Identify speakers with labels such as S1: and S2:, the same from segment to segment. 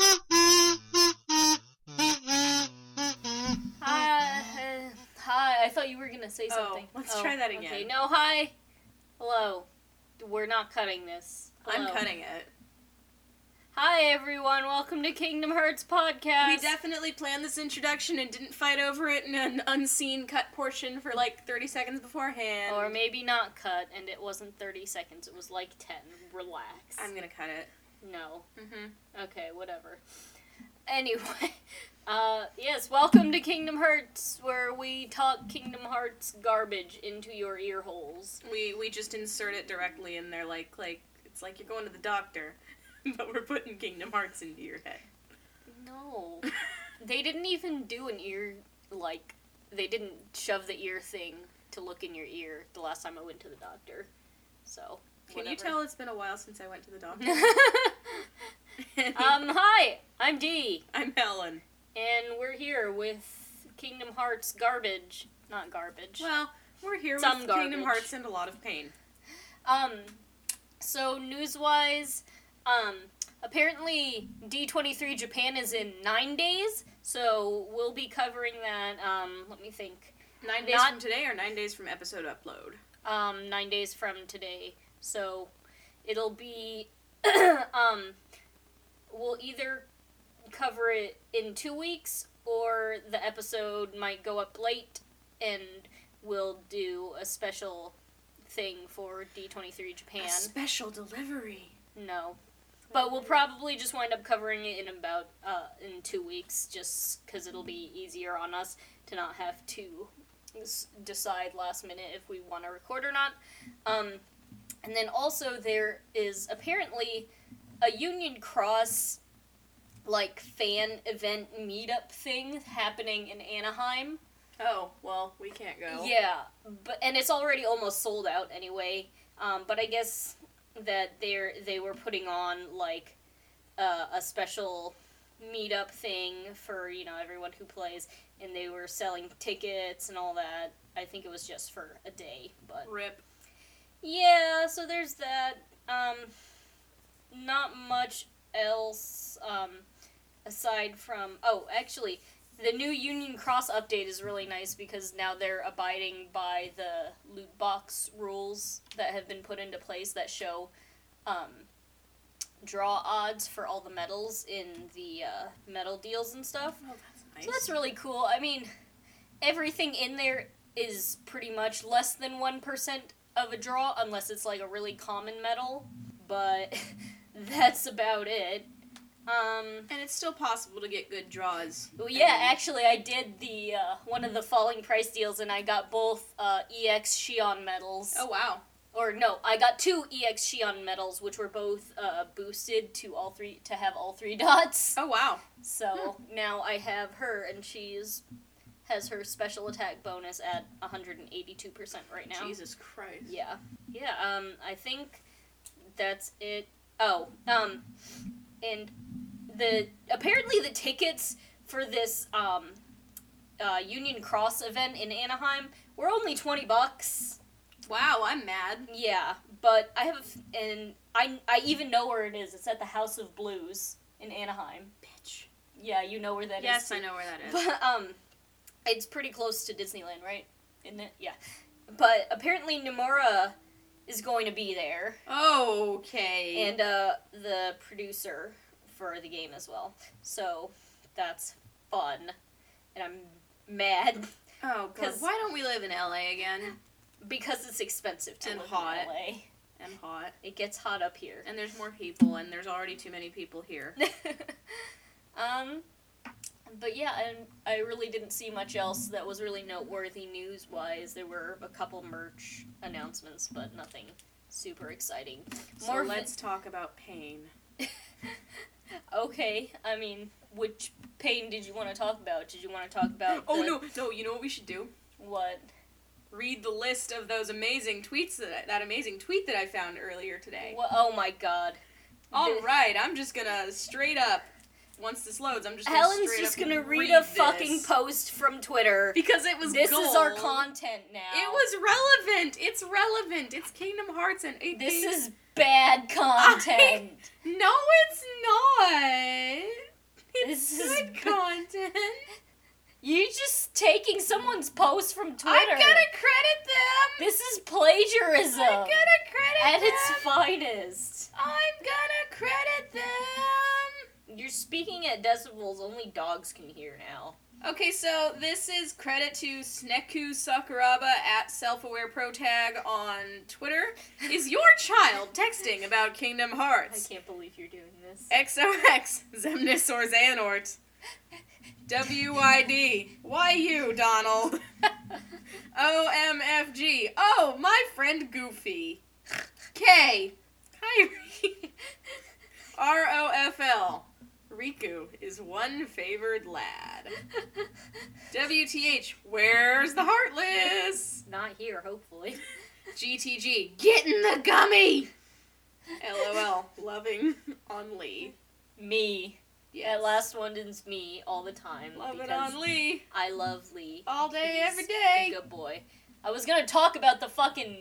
S1: uh,
S2: No,
S1: something.
S2: let's
S1: Oh,
S2: try that
S1: Okay.
S2: again.
S1: No, hi. Hello. We're not cutting this.
S2: I'm
S1: Hello.
S2: cutting it.
S1: Hi, everyone. Welcome to Kingdom Hearts Podcast.
S2: We definitely planned this introduction and didn't fight over it in an unseen cut portion for like 30 seconds beforehand.
S1: Or maybe not cut, and it wasn't 30 seconds. It was like 10. Relax.
S2: I'm gonna cut it.
S1: No.
S2: Mm-hmm.
S1: Okay, whatever. Anyway, uh, yes, welcome to Kingdom Hearts, where we talk Kingdom Hearts garbage into your ear holes.
S2: We we just insert it directly in there, like like it's like you're going to the doctor, but we're putting Kingdom Hearts into your head.
S1: No. They didn't even do an ear, like, they didn't shove the ear thing to look in your ear the last time I went to the doctor. So.
S2: Can you
S1: whatever.
S2: tell it's been a while since I went to the doctor?
S1: um, hi, I'm Dee,
S2: I'm Helen.
S1: and we're here with Kingdom Hearts garbage. Not garbage.
S2: Well, we're here
S1: Some
S2: with
S1: garbage.
S2: Kingdom Hearts and a lot of pain.
S1: Um, so news-wise, um, apparently D23 Japan is in nine days, so we'll be covering that. Um, let me think.
S2: Nine days
S1: Not-
S2: from today or nine days from episode upload.
S1: Um, nine days from today, so it'll be. um, we'll either cover it in two weeks, or the episode might go up late, and we'll do a special thing for D23 Japan.
S2: A special delivery.
S1: No. But we'll probably just wind up covering it in about uh, in two weeks, just because it'll be easier on us to not have to s- decide last minute if we want to record or not. Um, and then also there is apparently a Union Cross like fan event meetup thing happening in Anaheim.
S2: Oh, well, we can't go.
S1: Yeah, but and it's already almost sold out anyway. Um, but I guess that they are they were putting on like uh, a special meetup thing for you know everyone who plays, and they were selling tickets and all that. I think it was just for a day, but
S2: Rip.
S1: yeah. So there's that. Um, not much else um, aside from oh, actually, the new Union Cross update is really nice because now they're abiding by the loot box rules that have been put into place that show um, draw odds for all the medals in the uh, medal deals and stuff.
S2: Oh, that's nice.
S1: So that's really cool. I mean, everything in there is pretty much less than 1% of a draw, unless it's like a really common metal, but that's about it. Um,
S2: and it's still possible to get good draws.
S1: well, yeah,
S2: I mean,
S1: actually, I did the uh, one of the falling price deals, and I got both uh, EX Shion medals.
S2: Oh, wow.
S1: Or no, I got two E EX Shion medals, which were both uh, boosted to all three to have all three dots.
S2: Oh, wow.
S1: So
S2: Hmm.
S1: now I have her, and she's has her special attack bonus at 182% right now.
S2: Jesus Christ.
S1: Yeah, yeah. Um, I think that's it. Oh, um, and the apparently the tickets for this um, uh, Union Cross event in Anaheim were only 20 bucks.
S2: Wow, I'm mad.
S1: Yeah, but I have and I I even know where it is. It's at the House of Blues in Anaheim.
S2: Bitch.
S1: Yeah, you know where that is.
S2: yes,
S1: too.
S2: I know where that is.
S1: But um, it's pretty close to Disneyland, right? Isn't it? Yeah. But apparently Nomura is going to be there,
S2: okay.
S1: and uh, the producer for the game as well. So that's fun, and I'm mad
S2: oh, God.
S1: 'cause-
S2: Why don't we live in LA again?
S1: because it's expensive to
S2: And
S1: live
S2: hot.
S1: in LA.
S2: And hot.
S1: It gets hot up here.
S2: And there's more people, and there's already too many people here.
S1: um, but yeah, and I really didn't see much else that was really noteworthy news wise. There were a couple merch announcements, but nothing super exciting.
S2: So
S1: More vi-
S2: let's talk about pain.
S1: okay, I mean, which pain did you want to talk about? Did you want to talk about?
S2: Oh,
S1: the-
S2: no. No, you know what we should do?
S1: What?
S2: Read the list of those amazing tweets that I, that amazing tweet that I found earlier today.
S1: Wha- oh my God.
S2: All
S1: The-
S2: right, I'm just gonna straight up. Once this loads, I'm just gonna
S1: Helen's
S2: straight
S1: just
S2: up
S1: gonna read,
S2: read
S1: a fucking
S2: this.
S1: post from Twitter.
S2: because it was
S1: This is our
S2: gold.
S1: content now.
S2: It was relevant. It's relevant. It's Kingdom Hearts and eight
S1: This
S2: days.
S1: is bad content.
S2: no, it's not.
S1: This
S2: It's
S1: is
S2: good content.
S1: You just taking someone's post from Twitter.
S2: I gotta credit them.
S1: This is plagiarism
S2: I gotta credit
S1: at
S2: them.
S1: its finest.
S2: I'm gonna credit them.
S1: You're speaking at decibels only dogs can hear now.
S2: Okay, so this is credit to Sneku Sakuraba at self-aware protag on Twitter. Is your child texting about Kingdom
S1: I
S2: Hearts?
S1: can't believe you're doing this.
S2: XOX Zemnis or Xanort. WYD. Why you, Donald? OMFG. Oh, my friend Goofy. K. Kyrie. ROFL. Riku is one favored lad. WTH. Where's the Heartless?
S1: Not here, hopefully.
S2: GTG. Get in the gummy! LOL. Loving on Lee.
S1: Me.
S2: Yes.
S1: That last one is me all the time.
S2: Love it
S1: because
S2: on Lee.
S1: I love Lee.
S2: All day,
S1: He's
S2: every day.
S1: A good boy. I was gonna talk about the fucking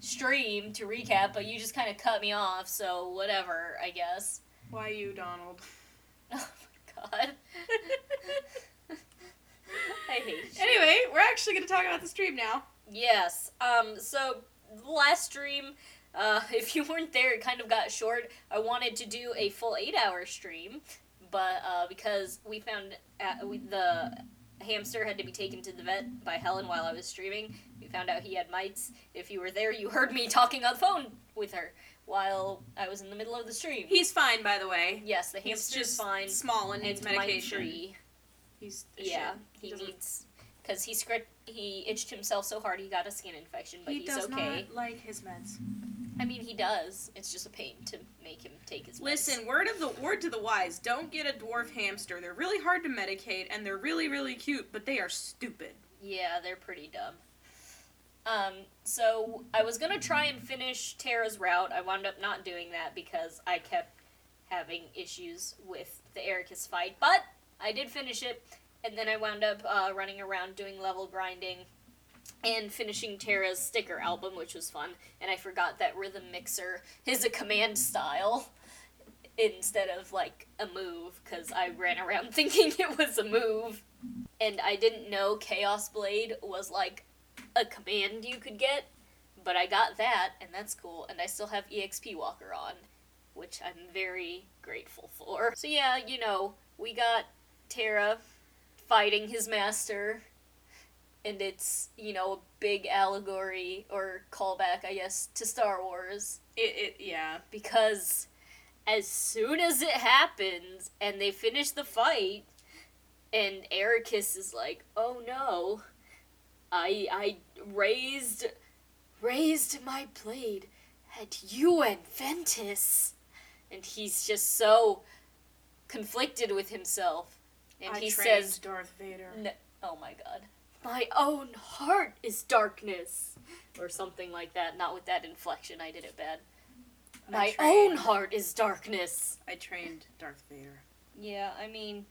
S1: stream to recap, but you just kind of cut me off, so whatever, I guess.
S2: Why you, Donald?
S1: Oh my god. I hate you.
S2: Anyway, we're actually going to talk about the stream now.
S1: Yes. Um. So the last stream, uh, if you weren't there, it kind of got short. I wanted to do a full eight-hour stream, but uh, because we found uh we, the hamster had to be taken to the vet by Helen while I was streaming, we found out he had mites. If you were there, you heard me talking on the phone with her while I was in the middle of the stream.
S2: He's fine, by the way.
S1: yes, the
S2: He's
S1: hamster's
S2: just
S1: fine.
S2: small and needs
S1: and
S2: medication.
S1: mite-free.
S2: He's a
S1: Yeah,
S2: shit.
S1: he
S2: doesn't-
S1: needs because he script he itched himself so hard he got a skin infection, but
S2: he
S1: he's
S2: does
S1: okay.
S2: not like his meds.
S1: I mean, he does. It's just a pain to make him take his. meds.
S2: Listen, word of the word to the wise: don't get a dwarf hamster. They're really hard to medicate, and they're really really cute, but they are stupid.
S1: Yeah, they're pretty dumb. Um, so I was gonna try and finish Tara's route. I wound up not doing that because I kept having issues with the Ericus fight, but I did finish it, and then I wound up uh, running around doing level grinding and finishing Tara's sticker album, which was fun. And I forgot that rhythm mixer is a command style instead of like a move, because I ran around thinking it was a move and I didn't know Chaos Blade was like a command you could get, but I got that, and that's cool, and I still have EXP Walker on, which I'm very grateful for. So, yeah, you know, we got Terra fighting his master, and it's, you know, a big allegory or callback, I guess, to Star Wars
S2: It, it yeah.
S1: because as soon as it happens and they finish the fight and Ericus is like, "Oh no. I I raised raised my blade at you and Ventus." And he's just so conflicted with himself. And
S2: I
S1: he
S2: trained
S1: says,
S2: Darth Vader.
S1: no, oh my god. My own heart is darkness. Or something like that. Not with that inflection, I did it bad.
S2: I
S1: My
S2: trained-
S1: own heart is darkness.
S2: I trained Darth Vader.
S1: Yeah, I mean.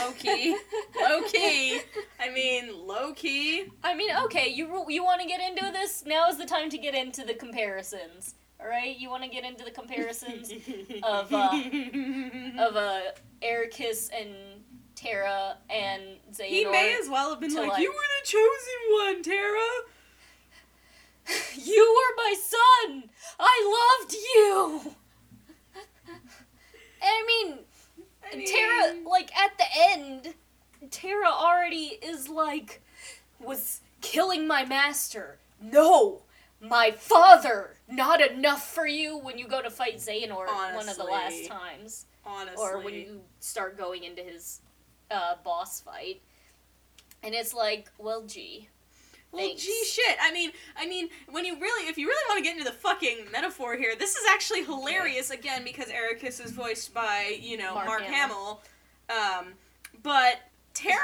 S2: Low key. Low key. I mean, low key.
S1: I mean, okay, you you want to get into this? Now is the time to get into the comparisons. All right, you want to get into the comparisons Of, uh, of uh, Ericus and Terra and Xehanort.
S2: He may as well have been
S1: to,
S2: like,
S1: like-
S2: "You were the chosen one, Tara."
S1: You were my son! I loved you! And I mean,
S2: I
S1: And Tara,
S2: mean,
S1: like at the end, Tara already is like, was killing my master. No, my father. Not enough for you when you go to fight Xehanort one of the last
S2: Honestly.
S1: times,
S2: honestly,
S1: or when you start going into his uh, boss fight. And it's like, well, gee,
S2: well,
S1: thanks.
S2: gee, shit. I mean, I mean, when you really, if you really want to get into the fucking metaphor here, this is actually hilarious again because Ericus is voiced by you know
S1: Mark
S2: Mark, Hamill, um, but. Tara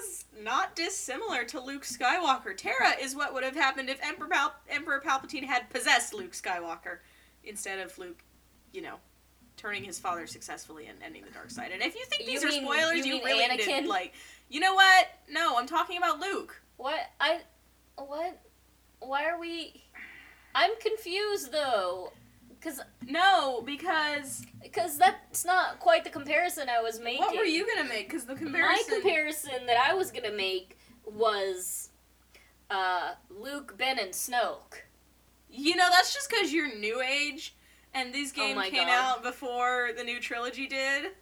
S2: is not dissimilar to Luke Skywalker. Tara is what would have happened if Emperor, Pal- Emperor Palpatine had possessed Luke Skywalker instead of Luke, you know, turning his father successfully and ending the dark side. And if you think
S1: You
S2: these
S1: mean-
S2: are spoilers,
S1: you mean
S2: you, really
S1: Anakin?
S2: did like. You know what? No, I'm talking about Luke.
S1: what I, what, why are we? I'm confused though, Cause,
S2: No, because
S1: Cause that's not quite the comparison I was making.
S2: what were you gonna make? Because the comparison.
S1: My comparison that I was gonna make was uh, Luke, Ben, and Snoke.
S2: You know, that's just because you're new age, and these
S1: Oh
S2: games
S1: my
S2: came
S1: God.
S2: out before the new trilogy did,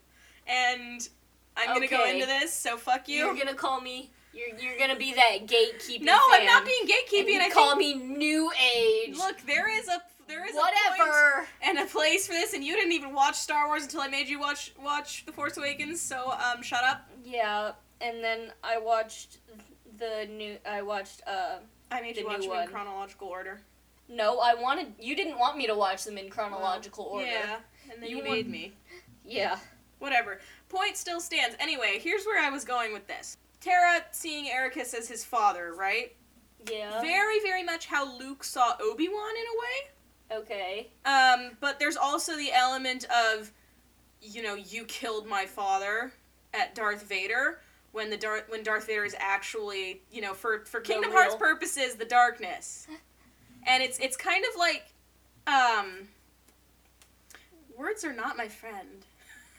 S2: and I'm gonna go
S1: Okay.
S2: into this, so fuck you.
S1: You're gonna call me. You're you're gonna be that gatekeeper.
S2: no, I'm not being gatekeeping.
S1: And
S2: I
S1: you call me new age.
S2: think, look, there is a there is a point
S1: whatever.
S2: and a place for this, and you didn't even watch Star Wars until I made you watch watch The Force Awakens. So um, shut up.
S1: Yeah, and then I watched the new. I watched. uh
S2: I made
S1: The
S2: you
S1: new
S2: watch them in
S1: one.
S2: chronological order.
S1: No, I wanted. You didn't want me to watch them in chronological order.
S2: Yeah, and then you,
S1: You
S2: made
S1: want-
S2: me.
S1: Yeah.
S2: Whatever. Point still stands. Anyway, here's where I was going with this. Tara seeing Ericus as his father, right?
S1: Yeah.
S2: very very much how luke saw obi-wan in
S1: okay.
S2: a way um, but there's also the element of you know you killed my father at darth vader when the darth when darth vader is actually you know for for kingdom hearts
S1: real-
S2: purposes the darkness and it's it's kind of like um words are not my friend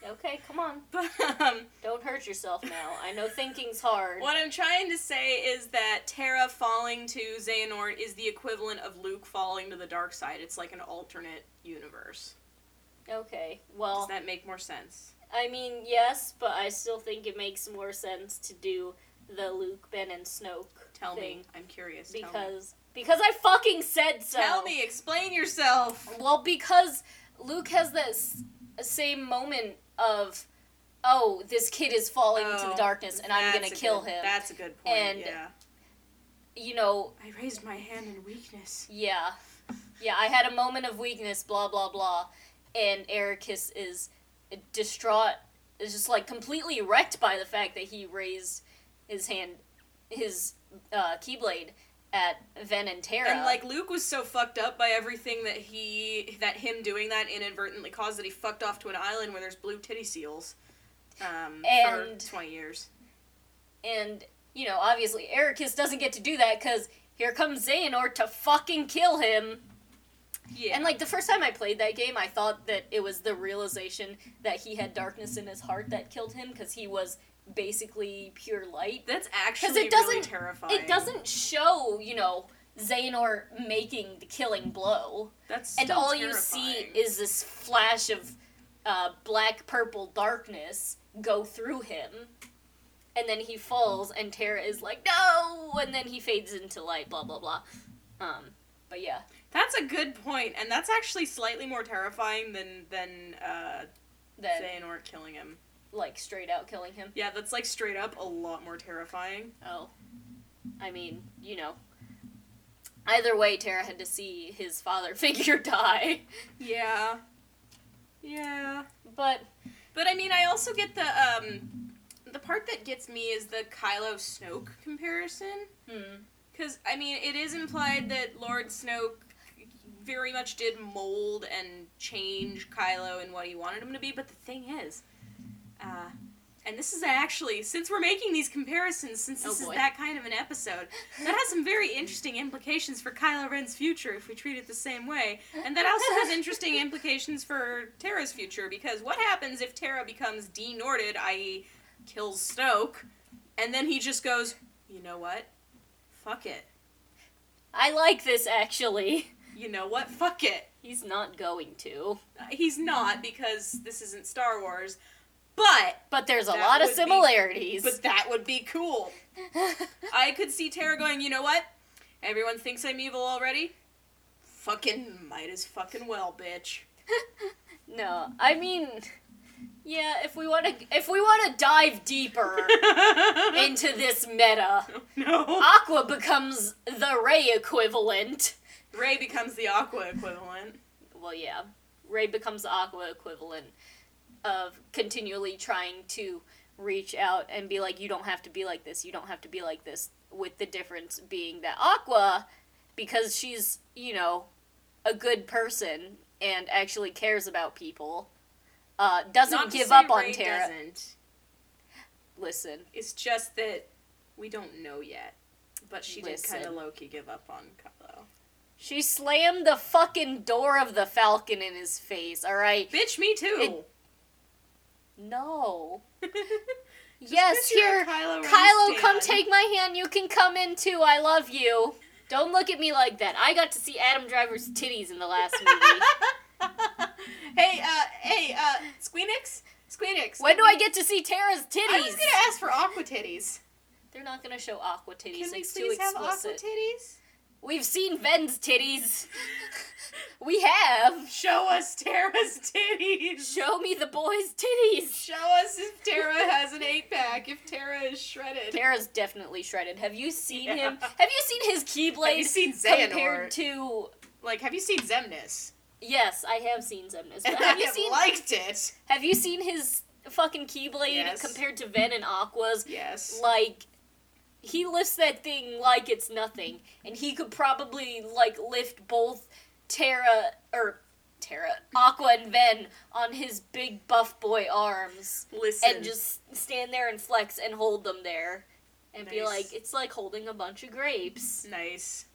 S1: Okay, come on.
S2: but um
S1: Don't hurt yourself now. I know thinking's hard.
S2: What I'm trying to say is that Terra falling to Xehanort is the equivalent of Luke falling to the dark side. It's like an alternate universe.
S1: Okay.
S2: Does
S1: Well,
S2: that make more sense?
S1: I mean, yes, but I still think it makes more sense to do the Luke, Ben, and Snoke
S2: Tell
S1: thing
S2: me. I'm curious. tell me.
S1: because because I fucking said so.
S2: Tell me, explain yourself.
S1: Well, because Luke has this same moment of, oh, this kid is falling into the
S2: Oh,
S1: darkness, and I'm
S2: That's
S1: gonna
S2: a
S1: kill
S2: good-
S1: him.
S2: That's a good point.
S1: And-
S2: yeah.
S1: You know,
S2: I raised my hand in weakness.
S1: yeah, yeah. I had a moment of weakness, blah blah blah, and Ericus is distraught, is just like completely wrecked by the fact that he raised his hand, his uh, keyblade at Ven and Terra.
S2: And like Luke was so fucked up by everything that he that him doing that inadvertently caused that he fucked off to an island where there's blue titty seals. Um,
S1: And-
S2: for 20 years.
S1: and you know, obviously, Ericus doesn't get to do that because here comes Xehanort to fucking kill him.
S2: Yeah.
S1: And like the first time I played that game, I thought that it was the realization that he had darkness in his heart that killed him because he was basically pure light.
S2: That's actually really
S1: doesn't-
S2: terrifying.
S1: It doesn't show, you know, Xehanort making the killing blow,
S2: That's
S1: and
S2: still
S1: all you
S2: terrifying.
S1: see is this flash of uh, black purple darkness go through him, and then he falls, and Terra is like, "No!" and then he fades into light. Blah blah blah. Um, but yeah,
S2: that's a good point, and that's actually slightly more terrifying than than uh,
S1: then
S2: Xehanort killing him.
S1: like straight out killing him.
S2: Yeah, that's like straight up a lot more terrifying.
S1: Oh. I mean, you know. Either way, Tara had to see his father figure die.
S2: Yeah, yeah.
S1: But
S2: But I mean, I also get the um, the part that gets me is the Kylo Snoke comparison,
S1: hmm,
S2: because I mean, it is implied that Lord Snoke very much did mold and change Kylo and what he wanted him to be. But the thing is, uh, and this is actually since we're making these comparisons, since
S1: Oh,
S2: this is
S1: boy.
S2: that kind of an episode, that has some very interesting implications for Kylo Ren's future if we treat it the same way, and that also has interesting implications for Terra's future because what happens if Terra becomes denorted, i.e., kills Snoke, and then he just goes, you know what, fuck it,
S1: I like this actually.
S2: you know what, fuck it.
S1: He's not going to.
S2: He's not because this isn't Star Wars, but
S1: But there's a
S2: That
S1: lot of
S2: would be-
S1: similarities.
S2: but that would be cool. I could see Tara going, you know what? Everyone thinks I'm evil already. Fucking might as fucking well, bitch.
S1: no, I mean yeah, if we want to if we want to dive deeper into this meta,
S2: no.
S1: Aqua becomes the Ray equivalent.
S2: Ray becomes the Aqua equivalent.
S1: well, yeah, Ray becomes the Aqua equivalent of continually trying to reach out and be like, you don't have to be like this, you don't have to be like this, with the difference being that Aqua, because she's, you know, a good person and actually cares about people, uh, doesn't
S2: Not to
S1: give
S2: say
S1: up on
S2: Rey
S1: Terra.
S2: doesn't.
S1: Listen,
S2: It's just that we don't know yet. But she did kind
S1: Listen.
S2: of low key give up on Kylo.
S1: She slammed the fucking door of the Falcon in his face, alright?
S2: Bitch, me too.
S1: No.
S2: Just
S1: yes,
S2: picture a
S1: here.
S2: Kylo, Ren
S1: Kylo, come
S2: stan.
S1: take my hand. You can come in too. I love you. Don't look at me like that. I got to see Adam Driver's titties in the last movie.
S2: hey, uh, hey, uh, Squeenix? Squeenix.
S1: when do I get to see Tara's titties?
S2: I was gonna ask for aqua titties.
S1: They're not gonna show aqua titties.
S2: Can we
S1: it's too
S2: please have aqua
S1: explicit.
S2: titties?
S1: We've seen Ven's titties. we have.
S2: Show us Tara's titties.
S1: Show me the boys' titties.
S2: Show us if Tara has an eight pack, if Tara is shredded.
S1: Tara's definitely shredded. Have you seen
S2: Yeah.
S1: him? Have you seen his keyblade?
S2: have you seen Xehanort?
S1: compared to?
S2: like, have you seen Zemnis?
S1: Yes, I have seen Zemnis. But
S2: And
S1: have
S2: I
S1: you
S2: have
S1: seen?
S2: liked it.
S1: Have you seen his fucking Keyblade
S2: Yes.
S1: compared to Ven and Aqua's?
S2: Yes.
S1: Like, he lifts that thing like it's nothing, and he could probably like lift both Terra or Terra, Aqua, and Ven on his big buff boy arms,
S2: Listen.
S1: and just stand there and flex and hold them there, and be
S2: Nice.
S1: like, it's like holding a bunch of grapes.
S2: nice.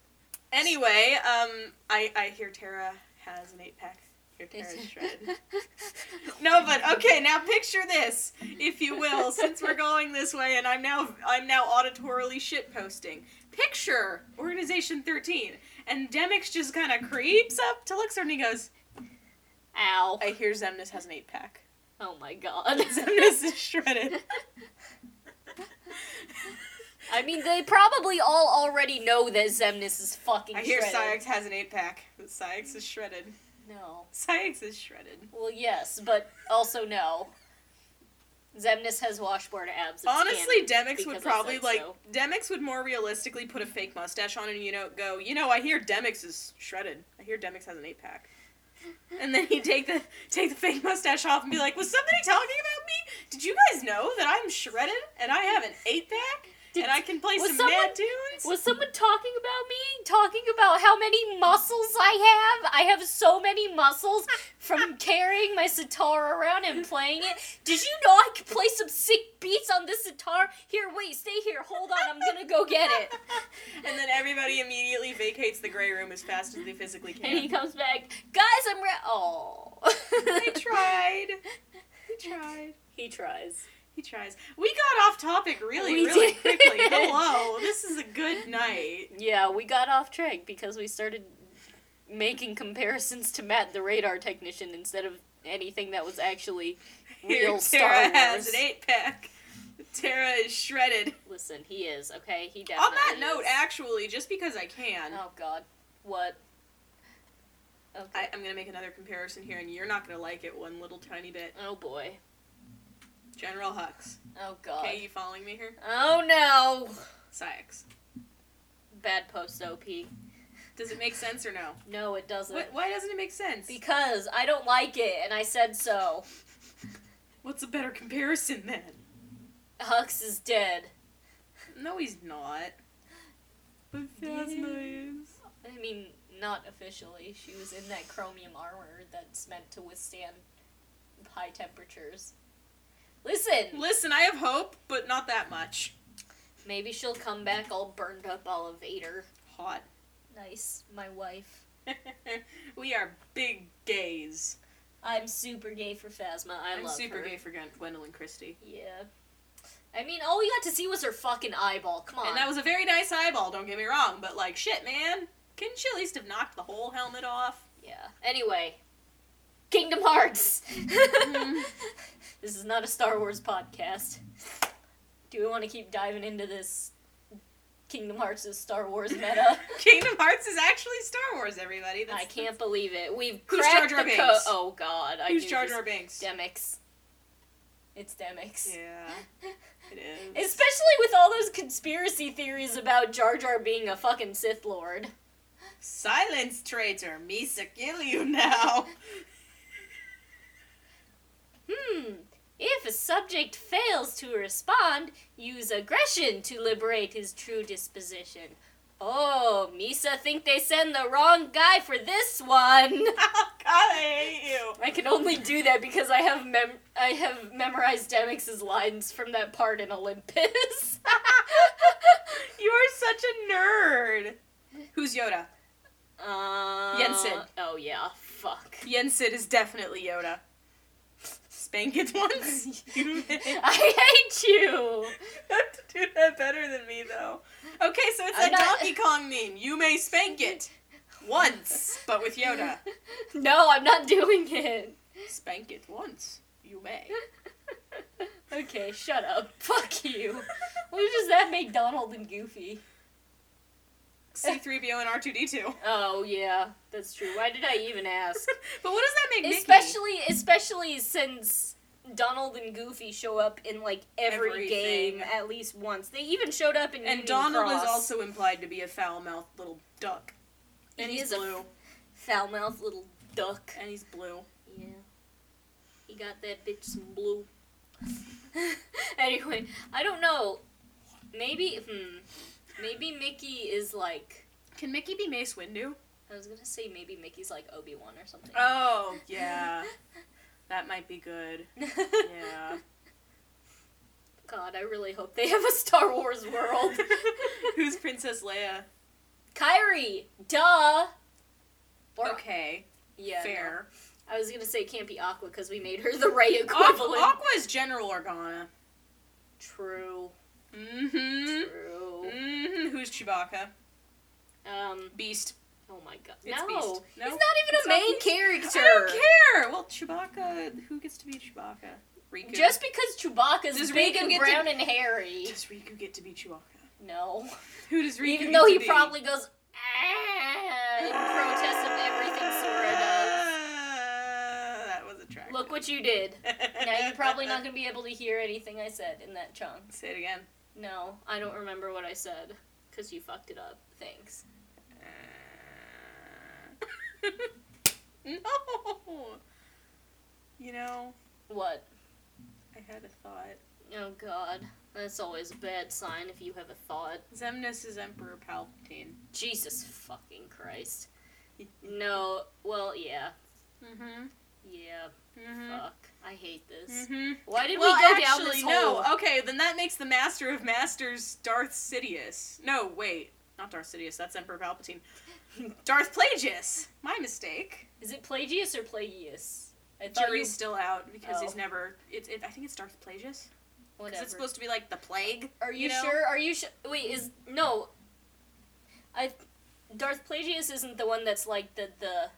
S2: Anyway, um, I I hear Tara has an eight pack. Hear Tara's shredded. No, but okay, now picture this, if you will, since we're going this way and I'm now I'm now auditorily shit posting. Picture Organization 13. And Demix just kind of creeps up to Luxor and he goes,
S1: Ow!
S2: I hear Zemnis has an eight pack.
S1: Oh my god.
S2: Zemnis is shredded.
S1: I mean, they probably all already know that Zemnis is fucking.
S2: I hear
S1: shredded.
S2: Syax has an eight pack. Syax is shredded.
S1: No.
S2: Syax is shredded.
S1: Well, yes, but also no. Zemnis has washboard abs. It's
S2: Honestly,
S1: canon,
S2: Demix
S1: because I
S2: would probably
S1: said
S2: like
S1: so.
S2: Demix would more realistically put a fake mustache on and you know go, you know, I hear Demix is shredded. I hear Demix has an eight pack. And then he'd take the take the fake mustache off and be like, Was somebody talking about me? Did you guys know that I'm shredded and I have an eight pack?
S1: Did-
S2: and I can play
S1: was
S2: some
S1: someone-
S2: mad tunes?
S1: Was someone talking about me? Talking about how many muscles I have? I have so many muscles from carrying my sitar around and playing it. Did you know I could play some sick beats on this sitar? Here, wait, stay here. Hold on, I'm gonna go get it.
S2: and then everybody immediately vacates the grey room as fast as they physically
S1: And he
S2: can.
S1: comes back, guys, I'm ready. Oh.
S2: I tried. He tried.
S1: He tries.
S2: He tries. We got off topic really,
S1: We
S2: really
S1: did.
S2: quickly. Hello, this is a good night.
S1: Yeah, we got off track because we started making comparisons to Matt the radar technician instead of anything that was actually real
S2: Here,
S1: Star
S2: Tara
S1: Wars.
S2: has an eight pack. Tara is shredded.
S1: Listen, he is, okay? He definitely
S2: On that note,
S1: is.
S2: actually, just because I can,
S1: Oh god. What? Okay.
S2: I, I'm gonna make another comparison here, and you're not gonna like it one little tiny bit.
S1: Oh boy.
S2: General Hux.
S1: Oh god.
S2: Okay, you following me here?
S1: Oh no.
S2: Syax.
S1: Bad post OP.
S2: Does it make sense or no?
S1: No, it doesn't.
S2: Wh- why doesn't it make sense?
S1: Because I don't like it and I said so.
S2: What's a better comparison then?
S1: Hux is dead.
S2: No, he's not. But Phasma is.
S1: I mean, not officially. She was in that chromium armor that's meant to withstand high temperatures. Listen,
S2: Listen, I have hope, but not that much.
S1: maybe she'll come back all burned up, all of Vader.
S2: Hot.
S1: Nice, my wife.
S2: we are big gays.
S1: I'm super gay for Phasma. I
S2: am
S1: love
S2: super
S1: her.
S2: gay for Gwen- Gwendolyn Christie.
S1: Yeah. I mean, all we got to see was her fucking eyeball. Come on.
S2: And that was a very nice eyeball, don't get me wrong, but like, shit, man. Couldn't she at least have knocked the whole helmet off?
S1: yeah. Anyway, Kingdom Hearts.
S2: Mm-hmm.
S1: this is not a Star Wars podcast. Do we want to keep diving into this Kingdom Hearts is Star Wars meta?
S2: Kingdom Hearts is actually Star Wars, everybody. That's
S1: I can't believe it. We've
S2: Who's
S1: cracked
S2: Jar Jar
S1: the
S2: Binks?
S1: Oh god, I
S2: Who's
S1: knew
S2: Jar
S1: this-
S2: Jar Binks?
S1: Demix. It's Demix.
S2: Yeah, it is.
S1: Especially with all those conspiracy theories about Jar Jar being a fucking Sith Lord.
S2: Silence, traitor. Misa kill you now.
S1: Hmm. If a subject fails to respond, use aggression to liberate his true disposition. Oh, Misa think they send the wrong guy for this one.
S2: oh, God, I hate you.
S1: I can only do that because I have mem- I have memorized Demix's lines from that part in Olympus.
S2: You are such a nerd. Who's Yoda?
S1: Uh,
S2: Jensen.
S1: Oh yeah, fuck.
S2: Yen Sid is definitely Yoda. Spank it once. You may-
S1: I hate you.
S2: You have to do that better than me, though. Okay, so it's
S1: I'm
S2: that
S1: not-
S2: Donkey Kong meme. You may spank it once, but with Yoda.
S1: No, I'm not doing it.
S2: Spank it once. You may.
S1: Okay, shut up. Fuck you. What does that make Donald and Goofy?
S2: C3PO and R2D2.
S1: Oh yeah, that's true. Why did I even ask?
S2: But what does that make Mickey?
S1: especially, especially since Donald and Goofy show up in like every
S2: Everything.
S1: game at least once. They even showed up in
S2: And
S1: Union
S2: Donald
S1: Cross.
S2: is also implied to be a foul mouthed little duck. And
S1: He
S2: he's
S1: is a
S2: blue.
S1: foul mouthed little duck.
S2: And he's blue.
S1: Yeah. He got that bitch some blue. anyway, I don't know. Maybe, hmm. Maybe Mickey is like.
S2: Can Mickey be Mace Windu?
S1: I was gonna say maybe Mickey's like Obi Wan or something.
S2: Oh, yeah. that might be good. Yeah.
S1: God, I really hope they have a Star Wars world.
S2: Who's Princess Leia?
S1: Kyrie, duh. Or,
S2: Oh, Okay,
S1: yeah,
S2: fair.
S1: no. I was gonna say it can't be Aqua because we made her the Ray
S2: Aqua,
S1: equivalent.
S2: Aqua is General Organa.
S1: True.
S2: Mm-hmm.
S1: True.
S2: Mm-hmm. Who's Chewbacca?
S1: Um.
S2: Beast.
S1: Oh my God.
S2: It's
S1: no.
S2: Beast. No.
S1: He's not even
S2: It's
S1: a
S2: not
S1: main
S2: Beast.
S1: character.
S2: I don't care. Well, Chewbacca. Who gets to be Chewbacca? Riku.
S1: Just because Chewbacca's
S2: Does
S1: big
S2: Riku
S1: and
S2: get to-
S1: brown and hairy.
S2: does Riku get to be Chewbacca?
S1: No.
S2: Who does Riku?
S1: Even
S2: get
S1: though
S2: to
S1: he
S2: be?
S1: probably goes "Ah," in protest of everything Sora does.
S2: That was a track.
S1: Look what you did. Now you're probably not gonna be able to hear anything I said in that chunk.
S2: Say it again.
S1: No, I don't remember what I said because you fucked it up. Thanks.
S2: no. You know,
S1: What?
S2: I had a thought.
S1: Oh God, that's always a bad sign if you have a thought.
S2: Zemnis is Emperor Palpatine.
S1: Jesus fucking Christ. No. Well, yeah,
S2: Mm-hmm.
S1: yeah.
S2: Mm-hmm.
S1: Fuck. I hate this.
S2: Mm-hmm.
S1: Why did
S2: Well,
S1: we go down
S2: actually,
S1: this hole?
S2: no. Okay, then that makes the Master of Masters Darth Sidious. No, wait, not Darth Sidious. That's Emperor Palpatine. Darth Plagueis. My mistake.
S1: Is it Plagius or Plagius? I thought
S2: Jury's
S1: you,
S2: still out because
S1: Oh.
S2: he's never. It, it, I think it's Darth Plagueis. Because
S1: whatever.
S2: it's supposed to be like the plague.
S1: Are you,
S2: you know?
S1: sure? Are you sure? Wait, is no. I, Darth Plagius isn't the one that's like the the,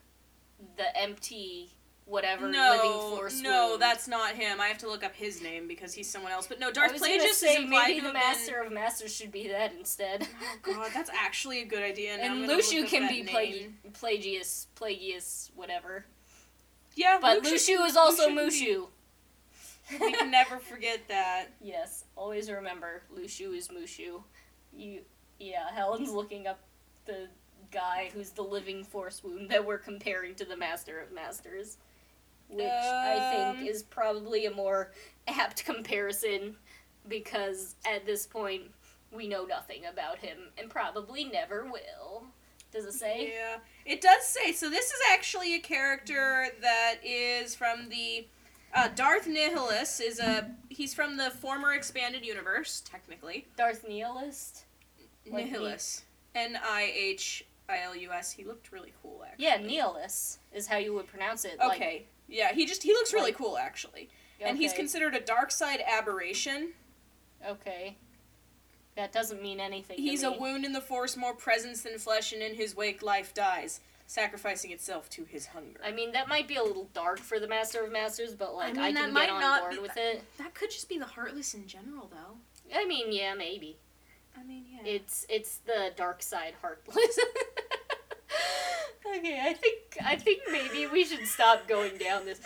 S1: the empty whatever living
S2: No,
S1: force.
S2: no,
S1: wound.
S2: that's not him. I have to look up his name because he's someone else. But no,
S1: I
S2: Darth
S1: was gonna
S2: Plagueis is
S1: say
S2: implied
S1: maybe
S2: to
S1: the
S2: have
S1: master of masters should be that instead.
S2: Been... Oh, God, that's actually a good idea. Now
S1: and
S2: I'm gonna look
S1: Luciu
S2: up
S1: can
S2: that
S1: be Plagi-
S2: name.
S1: Plagius, Plagius, whatever.
S2: Yeah,
S1: But
S2: Luciu-
S1: Luciu is also
S2: Luciu
S1: Mushu.
S2: can be- We can never forget that.
S1: Yes, always remember Lushu is Mushu. You, yeah, Helen's looking up the guy who's the living force wound that we're comparing to the Master of Masters, which I
S2: Um.
S1: think is probably a more apt comparison because at this point we know nothing about him and probably never will. Does it say?
S2: Yeah, it does say. So this is actually a character that is from the uh, Darth Nihilus. Is a he's from the former expanded universe, technically.
S1: Darth Nihilist? Like
S2: Nihilus. N I H I L U S. He looked really cool, actually.
S1: Yeah, Nihilus is how you would pronounce it. like-
S2: Okay. yeah, he just he looks really
S1: like-
S2: cool actually, and he's
S1: okay,
S2: considered a dark side aberration.
S1: Okay. That doesn't mean anything. to
S2: He's a
S1: me.
S2: wound in the force, more presence than flesh, and in his wake life dies, sacrificing itself to his hunger.
S1: I mean, that might be a little dark for the Master of Masters, but like I,
S2: mean, that
S1: can
S2: might
S1: get on
S2: not
S1: board
S2: be-
S1: with it.
S2: that could just be the heartless in general, though.
S1: I mean, yeah, maybe
S2: I mean, yeah.
S1: it's it's the dark side heartless. okay, I think I think maybe we should stop going down this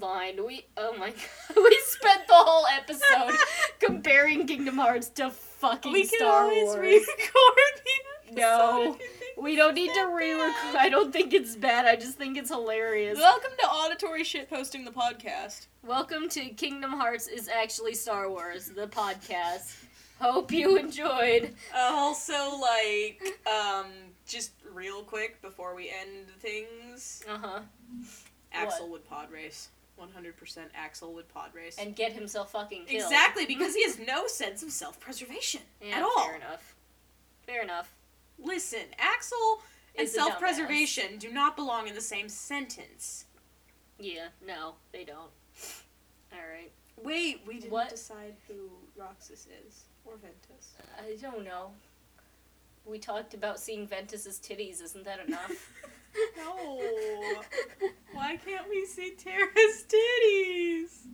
S1: line. We oh my god, we spent the whole episode comparing Kingdom Hearts to fucking
S2: we can
S1: Star
S2: always
S1: Wars.
S2: re-record the episode
S1: No,
S2: if you think
S1: we
S2: it's
S1: don't need to
S2: that
S1: re-record.
S2: bad.
S1: I don't think it's bad. I just think it's hilarious.
S2: Welcome to auditory shit posting the podcast.
S1: Welcome to Kingdom Hearts is actually Star Wars, the podcast. Hope you enjoyed.
S2: Uh, also like um just real quick before we end things
S1: Uh huh. What?
S2: axel would pod race 100% axel would pod race
S1: And get himself fucking killed.
S2: exactly because he has no sense of self-preservation
S1: Yeah,
S2: at all
S1: Fair enough. Fair enough.
S2: listen axel and
S1: is a dumbass.
S2: self preservation do not belong in the same sentence.
S1: Yeah, no, they don't. All right.
S2: Wait, we didn't
S1: What?
S2: decide who Roxas is or Ventus.
S1: I don't know. We talked about seeing Ventus's titties. Isn't that enough?
S2: No. Oh. Why can't we see Tara's titties?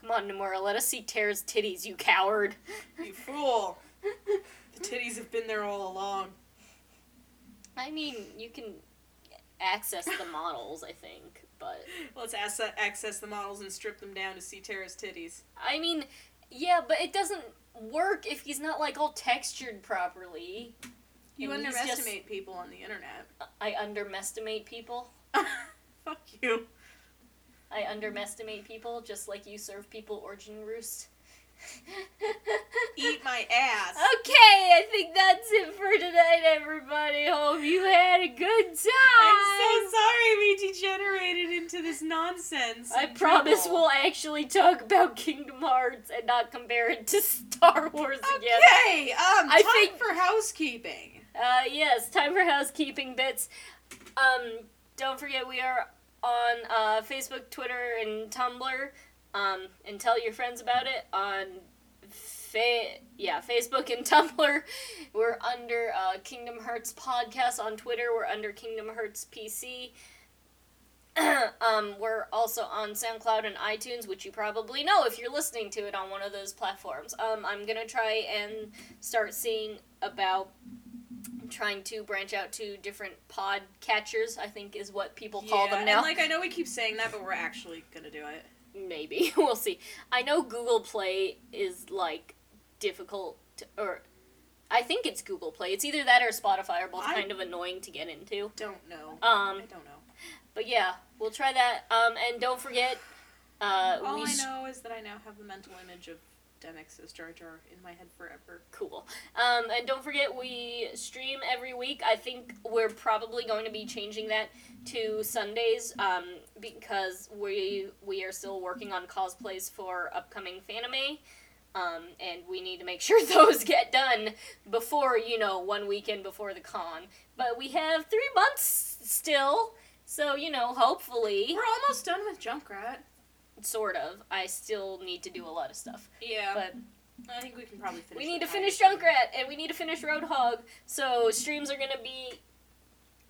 S1: Come on, Nomura. Let us see Tara's titties, you coward.
S2: You fool! The titties have been there all along.
S1: I mean, you can access the models, I think, but
S2: Let's ass- access the models and strip them down to see Tara's titties.
S1: I mean, yeah, but it doesn't work if he's not like all textured properly.
S2: You
S1: And he's
S2: underestimate people on the internet.
S1: I underestimate people.
S2: Fuck you.
S1: I underestimate people, just like you serve people origin roost.
S2: Eat my ass.
S1: Okay, I think that's it for tonight, everybody. Hope you had a good
S2: I'm so
S1: time.
S2: sorry we degenerated into this nonsense.
S1: I
S2: and
S1: promise
S2: dribble.
S1: we'll actually talk about Kingdom Hearts and not compare it to Star Wars again.
S2: Okay, um,
S1: I think-
S2: time for housekeeping.
S1: Uh, yes, time for housekeeping bits. Um, don't forget we are on uh, Facebook, Twitter, and Tumblr. Um, and tell your friends about it on fa- yeah Facebook and Tumblr. We're under uh, Kingdom Hearts podcast on Twitter. We're under Kingdom Hearts PC. um, we're also on SoundCloud and iTunes, which you probably know if you're listening to it on one of those platforms. Um, I'm gonna try and start seeing about trying to branch out to different pod catchers. I think is what people call
S2: Yeah,
S1: them now.
S2: And like I know we keep saying that, but we're actually gonna do it.
S1: Maybe. we'll see. I know Google Play is like difficult to, or I think it's Google Play. It's either that or Spotify are both
S2: I-
S1: kind of annoying to get into.
S2: Don't know.
S1: Um
S2: I don't know.
S1: but yeah, we'll try that. Um and don't forget uh
S2: All
S1: we
S2: I
S1: sh-
S2: know is that I now have the mental image of Demix as Jar Jar in my head forever.
S1: cool. Um and don't forget we stream every week. I think we're probably going to be changing that to Sundays um because we we are still working on cosplays for upcoming fanime. Um, and we need to make sure those get done before, you know, one weekend before the con. But we have three months still, so, you know, hopefully,
S2: We're almost done with Junkrat.
S1: sort of. I still need to do a lot of stuff.
S2: Yeah,
S1: But
S2: I think we can probably finish.
S1: we need to
S2: with
S1: finish
S2: Titan.
S1: Junkrat, and we need to finish Roadhog, so streams are gonna be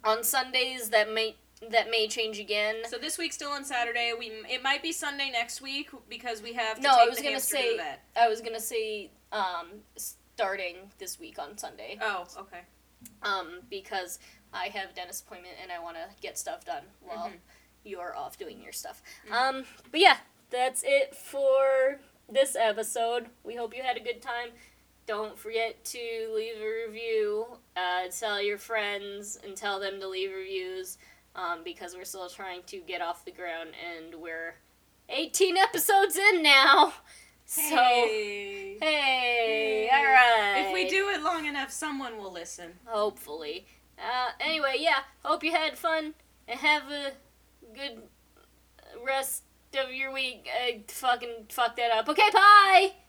S1: on Sundays that may. That may change again.
S2: So this week's still on Saturday. We it might be Sunday next week because we have to
S1: No,
S2: take
S1: I was
S2: the
S1: gonna
S2: hamster
S1: say-
S2: to the vet.
S1: I was gonna say, um, starting this week on Sunday.
S2: Oh, okay.
S1: um, because I have a dentist appointment and I want to get stuff done while
S2: Mhm.
S1: you're off doing your stuff.
S2: Mhm.
S1: Um, but yeah, that's it for this episode. We hope you had a good time. Don't forget to leave a review. Uh, tell your friends and tell them to leave reviews um, because we're still trying to get off the ground and we're 18 episodes in now. So,
S2: Hey.
S1: hey,
S2: Yay.
S1: all right.
S2: If we do it long enough, someone will listen.
S1: Hopefully. Uh, anyway, yeah. Hope you had fun and have a good rest of your week. Uh, fucking fuck that up. Okay, bye.